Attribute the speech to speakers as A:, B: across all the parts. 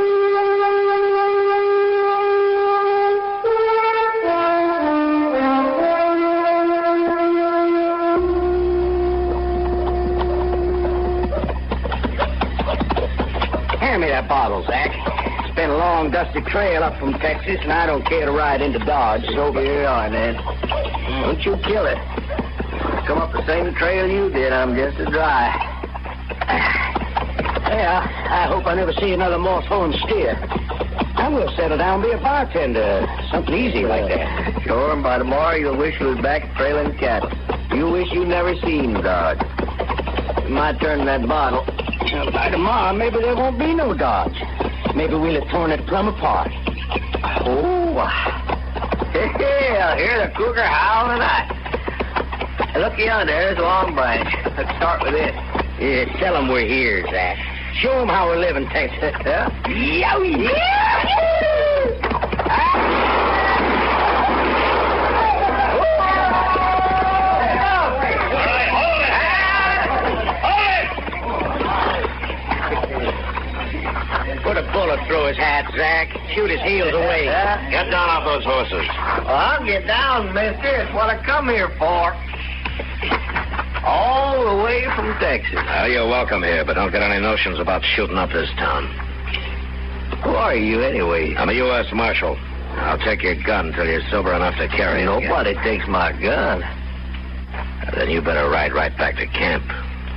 A: Hand me that bottle, Zach. It's been a long, dusty trail up from Texas, and I don't care to ride into Dodge, so here you are, Ned. Don't you kill it. Come up the same trail you did. I'm just as dry. Yeah, I hope I never see another Morphone steer. I will settle down and be a bartender. Something easy like that. Sure, and by tomorrow you'll wish you was back trailing cattle. You wish you never seen Dodge. My turn in that bottle. Now, by tomorrow, maybe there won't be no Dodge. Maybe we'll have torn it plumb apart. Oh, hey, I hear the cougar howl tonight. Hey, Look yonder, there's Long Branch. Let's start with this. Yeah, tell 'em we're here, Zach. Show 'em how we live in Texas. Huh? Yowie! Put a bullet through his hat, Zach. Shoot his heels away.
B: Get down off those horses.
A: Well, I'll get down, mister. It's what I come here for. All the way from Texas.
B: Well, you're welcome here, but don't get any notions about shooting up this town.
A: Who are you, anyway?
B: I'm a U.S. Marshal. I'll take your gun till you're sober enough to carry it.
A: Nobody takes my gun.
B: Then you better ride right back to camp.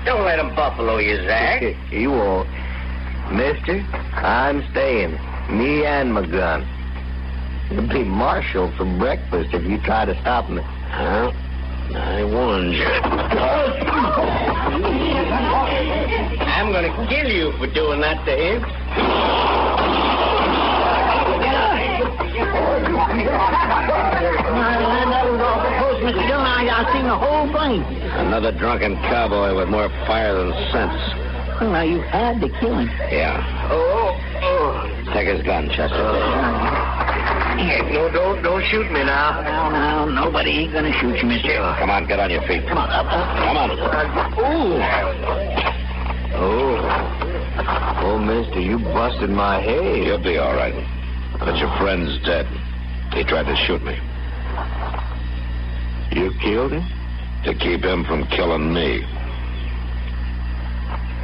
A: Don't let him buffalo you, Zach. he won't. Mister, I'm staying. Me and my gun. You'll be marshal for breakfast if you try to stop me.
B: Well, I warned you.
A: I'm going to kill you for doing that to him. I seen the whole thing.
B: Another drunken cowboy with more fire than sense.
A: Well, now you had to kill him.
B: Yeah.
A: Oh, oh.
B: Take his gun, Chester.
A: No, don't, don't shoot me now. No, no, nobody ain't gonna shoot you, mister.
B: Come on, get on your feet.
A: Come on, up, up.
B: Come on.
A: Ooh. Oh. Oh, mister, you busted my head.
B: You'll be all right. But your friend's dead. He tried to shoot me.
A: You killed him?
B: To keep him from killing me.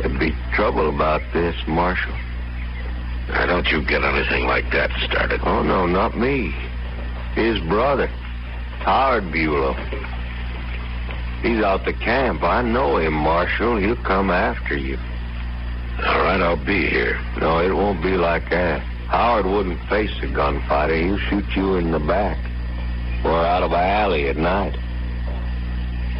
A: There'd be trouble about this, Marshal.
B: Now, don't you get anything like that started.
A: Oh, no, not me. His brother, Howard Bulow. He's out the camp. I know him, Marshal. He'll come after you.
B: All right, I'll be here.
A: No, it won't be like that. Howard wouldn't face a gunfighter. He'll shoot you in the back or out of an alley at night.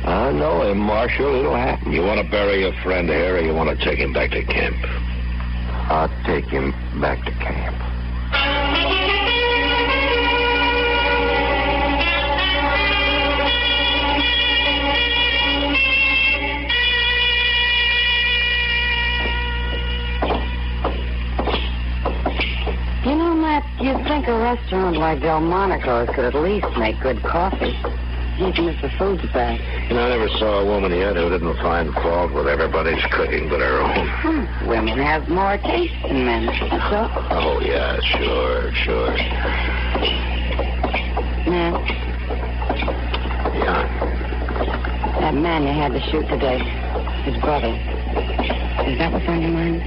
A: I know him, Marshal. It'll happen.
B: You want to bury your friend here, or you want to take him back to camp?
A: I'll take him back to camp.
C: You know, Matt, you'd think a restaurant like Delmonico's could at least make good coffee. Even if the food's bad.
B: You know, I never saw a woman yet who didn't find fault with everybody's cooking but her own.
C: Hmm. Women have more taste than men. That's all.
B: Oh, yeah, sure, sure.
A: snack?
B: Yeah.
A: That man you had to shoot today, his brother. Is that what's on your mind?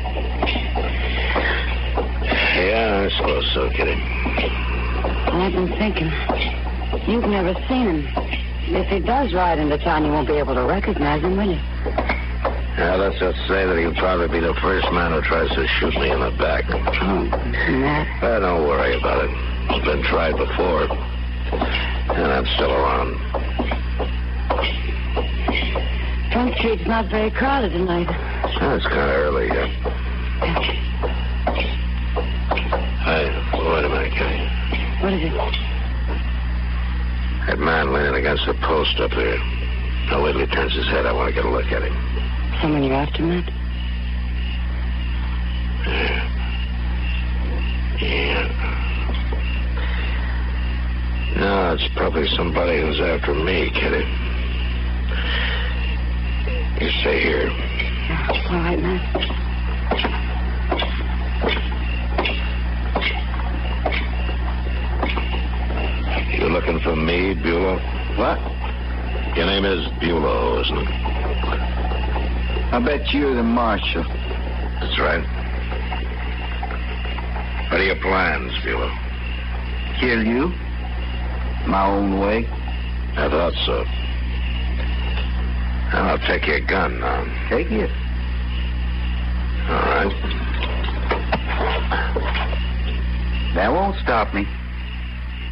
B: Yeah, I suppose so, Kitty.
A: Well, I've been thinking. You've never seen him. If he does ride into town, you won't be able to recognize him, will you?
B: Yeah, let's just say that he'll probably be the first man who tries to shoot me in the back.
A: And that,
B: Uh, don't worry about it. It's been tried before. And I'm still around.
A: Front Street's not very crowded tonight.
B: Oh, it's kind of early yet. Hey, wait a minute, Kitty.
A: What is it?
B: That man leaning against the post up there. Now wait till he turns his head. I want to get a look at him.
A: Someone you're after, Matt?
B: Yeah. No, it's probably somebody who's after me, Kitty. You stay here.
A: Yeah. All right, Matt.
B: You looking for me, Bulow? What? Your name is Bulow, isn't it?
D: I bet you're the marshal.
B: That's right. What are your plans, Bulow?
D: Kill you? My own way?
B: I thought so. Well, I'll take your gun now.
D: Take it.
B: All right.
D: That won't stop me.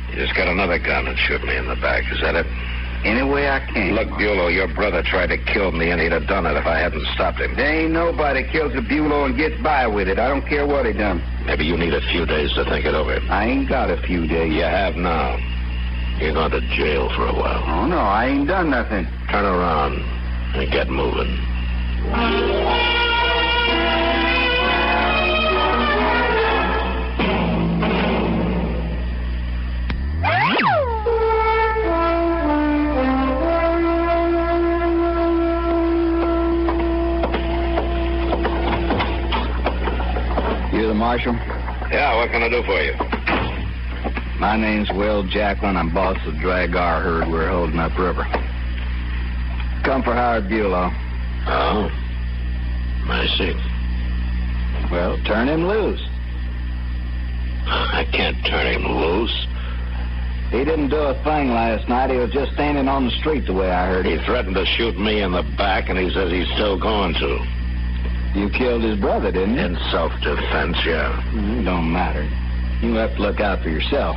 B: You just got another gun and shoot me in the back. Is that it?
D: Any way I can.
B: Look, Bulow, your brother tried to kill me, and he'd have done it if I hadn't stopped him.
D: There ain't nobody kills a Bulow and gets by with it. I don't care what he done.
B: Maybe you need a few days to think it over.
D: I ain't got a few days.
B: You have now. You're going to jail for a while.
D: Oh, no, I ain't done nothing.
B: Turn around and get moving.
D: You're the marshal?
B: Yeah, what can I do for you?
D: My name's Will Jacklin. I'm boss of Dragar herd we're holding up river. Come for Howard Bulow.
B: Oh, I see.
D: Well, turn him loose.
B: I can't turn him loose.
D: He didn't do a thing last night. He was just standing on the street the way I heard
B: He
D: it.
B: threatened to shoot me in the back, and he says he's still going to.
D: You killed his brother, didn't you?
B: In self-defense, yeah.
D: Mm, It don't matter. You have to look out for yourself.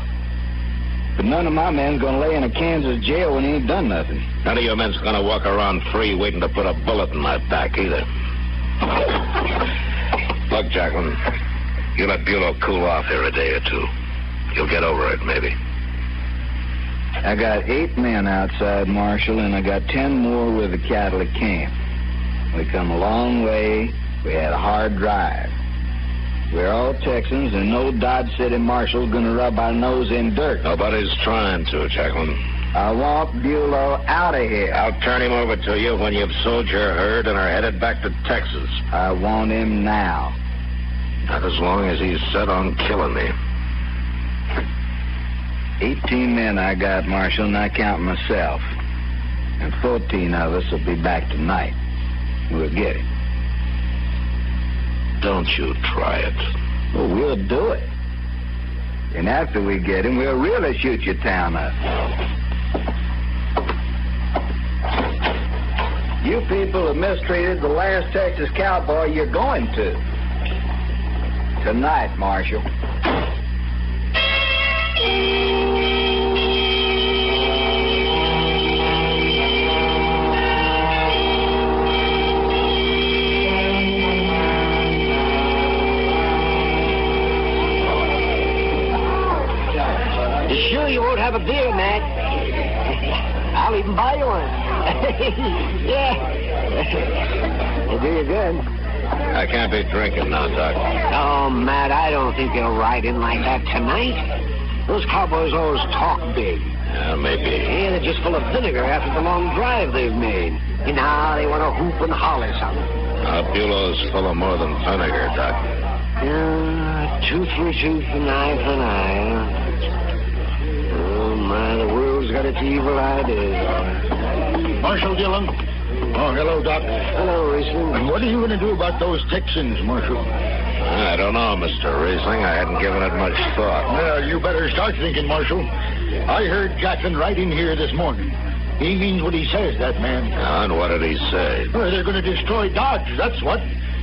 D: But none of my men's gonna lay in a Kansas jail when he ain't done nothing.
B: None of your men's going to walk around free waiting to put a bullet in my back either. Look, Jacqueline, you let Bulow cool off here a day or two. You'll get over it, maybe.
D: I got eight men outside, Marshal, and I got ten more with the cattle at camp. We come a long way. We had a hard drive. We're all Texans, and no Dodge City marshal's gonna rub our nose in dirt.
B: Nobody's trying to, Jacqueline.
D: I want Bulow out of here.
B: I'll turn him over to you when you've sold your herd and are headed back to Texas.
D: I want him now.
B: Not as long as he's set on killing me.
D: Eighteen men I got, Marshal, and I count myself. And fourteen of us will be back tonight. We'll get it.
B: Don't you try it.
D: Well, we'll do it. And after we get him, we'll really shoot your town up. You people have mistreated the last Texas cowboy you're going to. Tonight, Marshal.
A: You sure you won't have a beer, Matt? I'll even buy you one. yeah. It'll do you good.
B: I can't be drinking now, Doc.
A: Oh, Matt, I don't think you'll ride in like that tonight. Those cowboys always talk big.
B: Yeah, maybe.
A: Yeah, they're just full of vinegar after the long drive they've made. And now they want to hoop and holler something.
B: Now, Bulow's full of more than vinegar, Doc.
A: Yeah, tooth for tooth and eye for an eye. huh? Oh, my, the
D: but it's evil I do.
E: Marshal Dillon. Oh, hello, Doc.
D: Hello,
E: And
D: Riesling.
E: what are you going to do about those Texans, Marshal?
B: I don't know, Mr. Riesling. I hadn't given it much thought.
E: Well, you better start thinking, Marshal. I heard Jackson right in here this morning. He means what he says, that man.
B: Ah, And what did he say?
E: Well, they're going to destroy Dodge, that's what.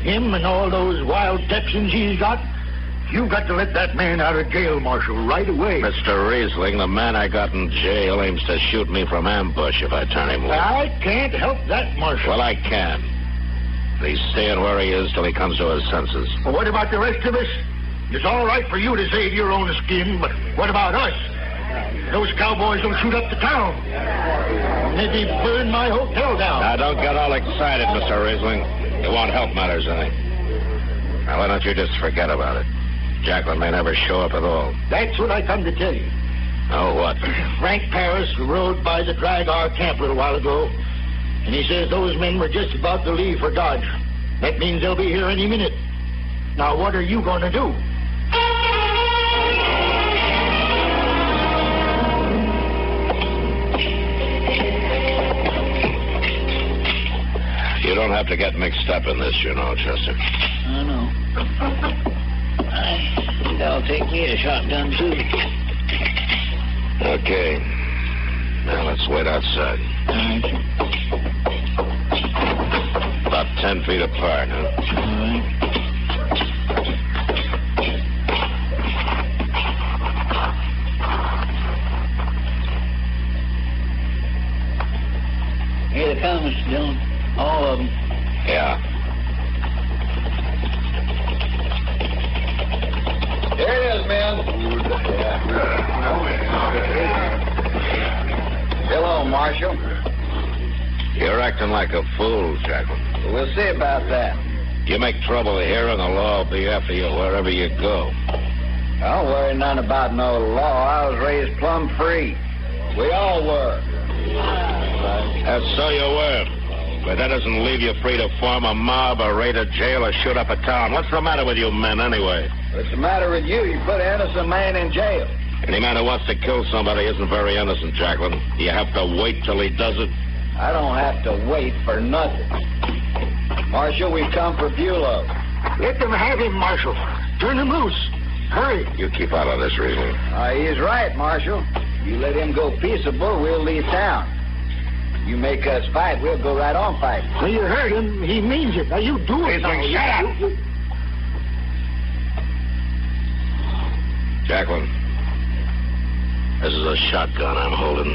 E: Him and all those wild Texans he's got. You've got to let that man out of jail, Marshal, right away.
B: Mr. Riesling, the man I got in jail aims to shoot me from ambush if I turn him loose.
E: I can't help that, Marshal.
B: Well, I can. And He's staying where he is till he comes to his senses.
E: Well, what about the rest of us? It's all right for you to save your own skin, but what about us? Those cowboys will shoot up the town. Maybe burn my hotel down.
B: Now, don't get all excited, Mr. Riesling. It won't help matters any. Now, why don't you just forget about it? Jacqueline may never show up at all.
E: That's what I come to tell you.
B: Oh, what?
E: Frank Paris rode by the drag our camp a little while ago, and he says those men were just about to leave for Dodge. That means they'll be here any minute. Now, what are you going to do?
B: You don't have to get mixed up in this, you know, Chester.
E: I know. I think I'll take me a shotgun, too.
B: Okay. Now, let's wait outside. About ten feet apart, huh?
E: Here they come, Mr. Dillon. All of them.
B: Yeah.
E: There it is, man.
D: Hello, Marshal.
B: You're acting like a fool, Jacqueline.
D: We'll see about that.
B: You make trouble here, and the law will be after you wherever you go.
D: Don't worry none about no law. I was raised plumb free. We all were.
B: And so you were. But that doesn't leave you free to form a mob or raid a jail or shoot up a town. What's the matter with you men, anyway?
D: What's the matter with you? You put an innocent man in jail.
B: Any man who wants to kill somebody isn't very innocent, Jacqueline. You have to wait till he does it.
D: I don't have to wait for nothing. Marshal, we come for Bulow.
E: Let them have him, Marshal. Turn him loose. Hurry.
B: You keep out of this, Riesling.
D: Uh, he's right, Marshal. You let him go peaceable, we'll leave town. You make us fight, we'll go right on fighting.
E: Well, you heard him. He means it. Now, you do it. now.
B: Riesling, shut up! Jacqueline, this is a shotgun I'm holding.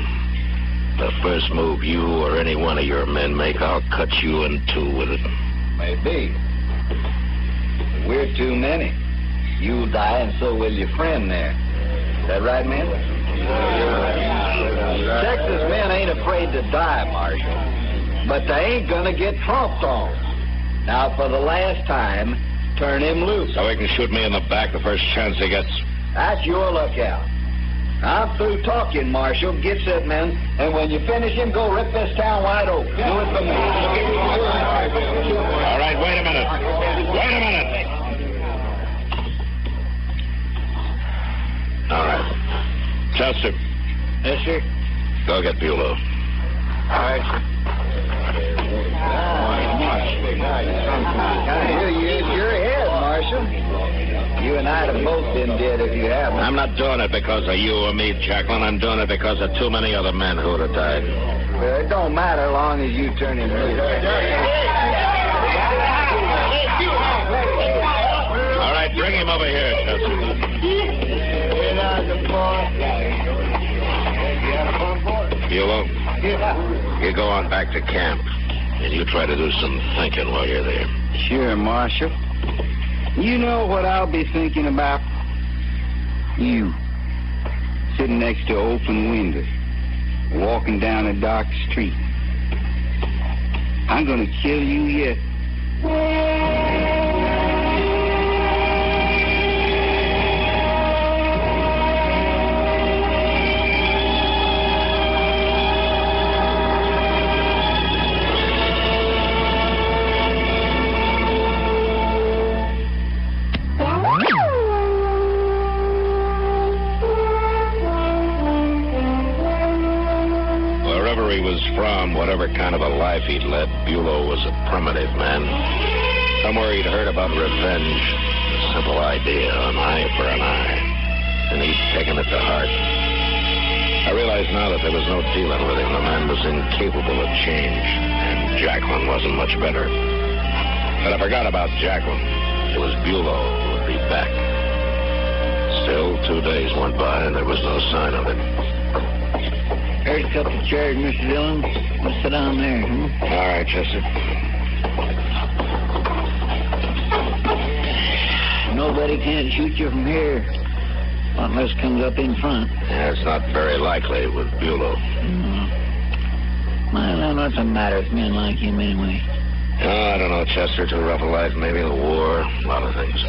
B: The first move you or any one of your men make, I'll cut you in two with it.
D: Maybe. But We're too many. You'll die, and so will your friend there. Is that right, men? Texas men ain't afraid to die, Marshal. But they ain't gonna get tromped on. Now, for the last time, turn him loose.
B: So he can shoot me in the back the first chance he gets.
D: That's your lookout. I'm through talking, Marshal. Get set, men. And when you finish him, go rip this town wide open. Do it for me.
B: All right, wait a minute. Wait a minute. All right. Chester,
D: Yes, sir.
B: go get Bulow.
D: All right, sir. You use your head, Marshal. You and I'd have both been dead if you hadn't.
B: I'm not doing it because of you or me, Jacqueline. I'm doing it because of too many other men who would have died.
D: Well, it don't matter long as you turn him loose.
B: All right, bring him over here, Chester. Bulow, you go on back to camp. And you try to do some thinking while you're there.
D: Sure, Marshal. You know what I'll be thinking about? You. Sitting next to an open window, walking down a dark street. I'm gonna kill you yet.
F: Thank you.
B: he was from, whatever kind of a life he'd led, Bulow was a primitive man. Somewhere he'd heard about revenge, a simple idea, an eye for an eye, and he'd taken it to heart. I realize now that there was no dealing with him. The man was incapable of change, and Jacqueline wasn't much better. But I forgot about Jacqueline. It was Bulow who would be back. Still, two days went by, and there was no sign of it.
D: There's a couple of chairs, Mr. Dillon. Let's sit down there. Hmm?
B: All right, Chester.
D: Nobody can't shoot you from here unless comes up in front.
B: Yeah, it's not very likely with Bulow.
D: I don't know what's the matter with men like him anyway.
B: Oh, I don't know, Chester. Too rough a life, maybe the war, a lot of things.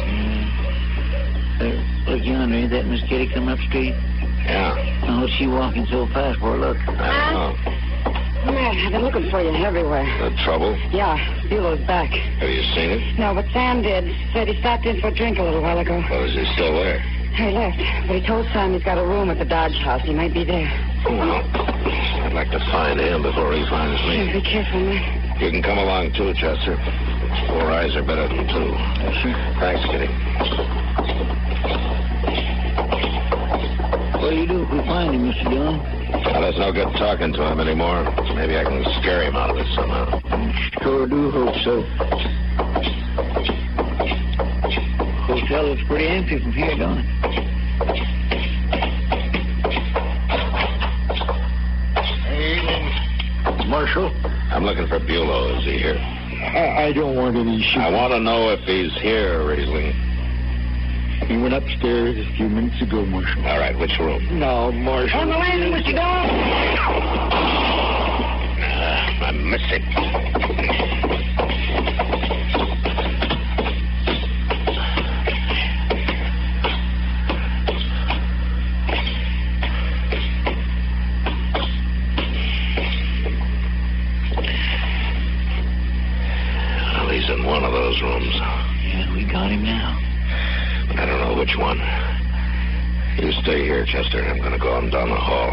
D: There, Uh, look yonder, ain't that Miss Kitty coming up the street?
B: Yeah,
D: Now, what's she walking so fast for? Look.
B: I don't know.
A: Man, I've been looking for you everywhere.
B: The trouble?
A: Yeah, Bulow's back.
B: Have you seen it?
A: No, but Sam did. Said he stopped in for a drink a little while ago.
B: Or is he still there?
A: He left, but he told Sam he's got a room at the Dodge house. He might be there.
B: Well, Oh, I'd like to find him before he finds
A: Yeah,
B: me.
A: be careful, man.
B: You can come along too, Chester. Four eyes are better than two. Thanks, Kitty.
D: What do you do if we find him, Mr. Dillon?
B: Well, there's no good talking to him anymore. Maybe I can scare him out of it somehow.
D: Sure do hope so. Hotel looks pretty empty from here, don't it?
E: Marshal?
B: I'm looking for Bulow. Is he here?
E: I, I don't want
B: I
E: any shooting.
B: want to know if he's here, Riesling.
E: He went upstairs a few minutes ago, Marshal.
B: All right, which room?
E: No, Marshal.
A: On the landing, Mr. Dillon.
B: Uh, I missed it. Well, he's in one of those rooms.
D: Yeah, we got him now.
B: I don't know which one. You stay here, Chester. I'm going to go on down the hall.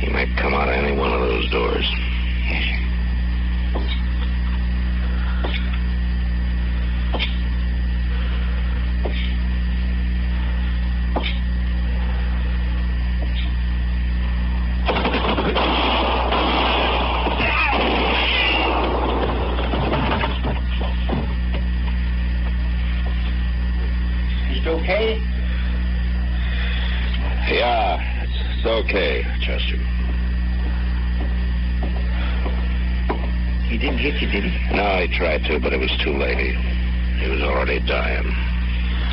B: He might come out of any one of those doors.
E: Just okay?
B: Yeah, it's, it's okay, Chester.
D: He didn't hit you, did he?
B: No, he tried to, but it was too late. He, he was already dying.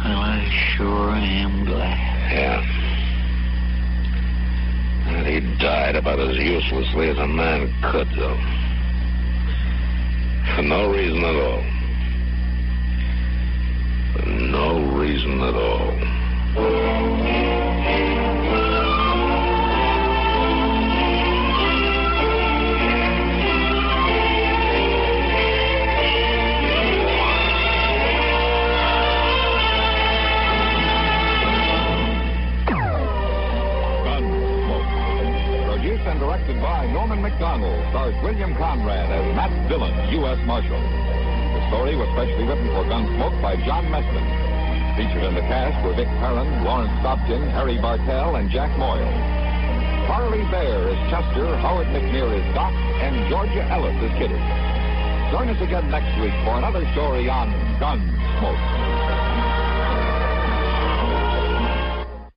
D: Well, I sure am glad.
B: Yeah. And he died about as uselessly as a man could, though. For no reason at all. For no reason at all.
G: Gunsmoke. Produced and directed by Norman McDonald, stars William Conrad as Matt Dillon, U.S. Marshal. The story was specially written for Gunsmoke by John Messman. Featured in the cast were Vic Perrin, Lawrence Stopkin, Harry Bartell, and Jack Moyle. Harley Bear is Chester, Howard McNear is Doc, and Georgia Ellis is Kitty. Join us again next week for another story on Gunsmoke.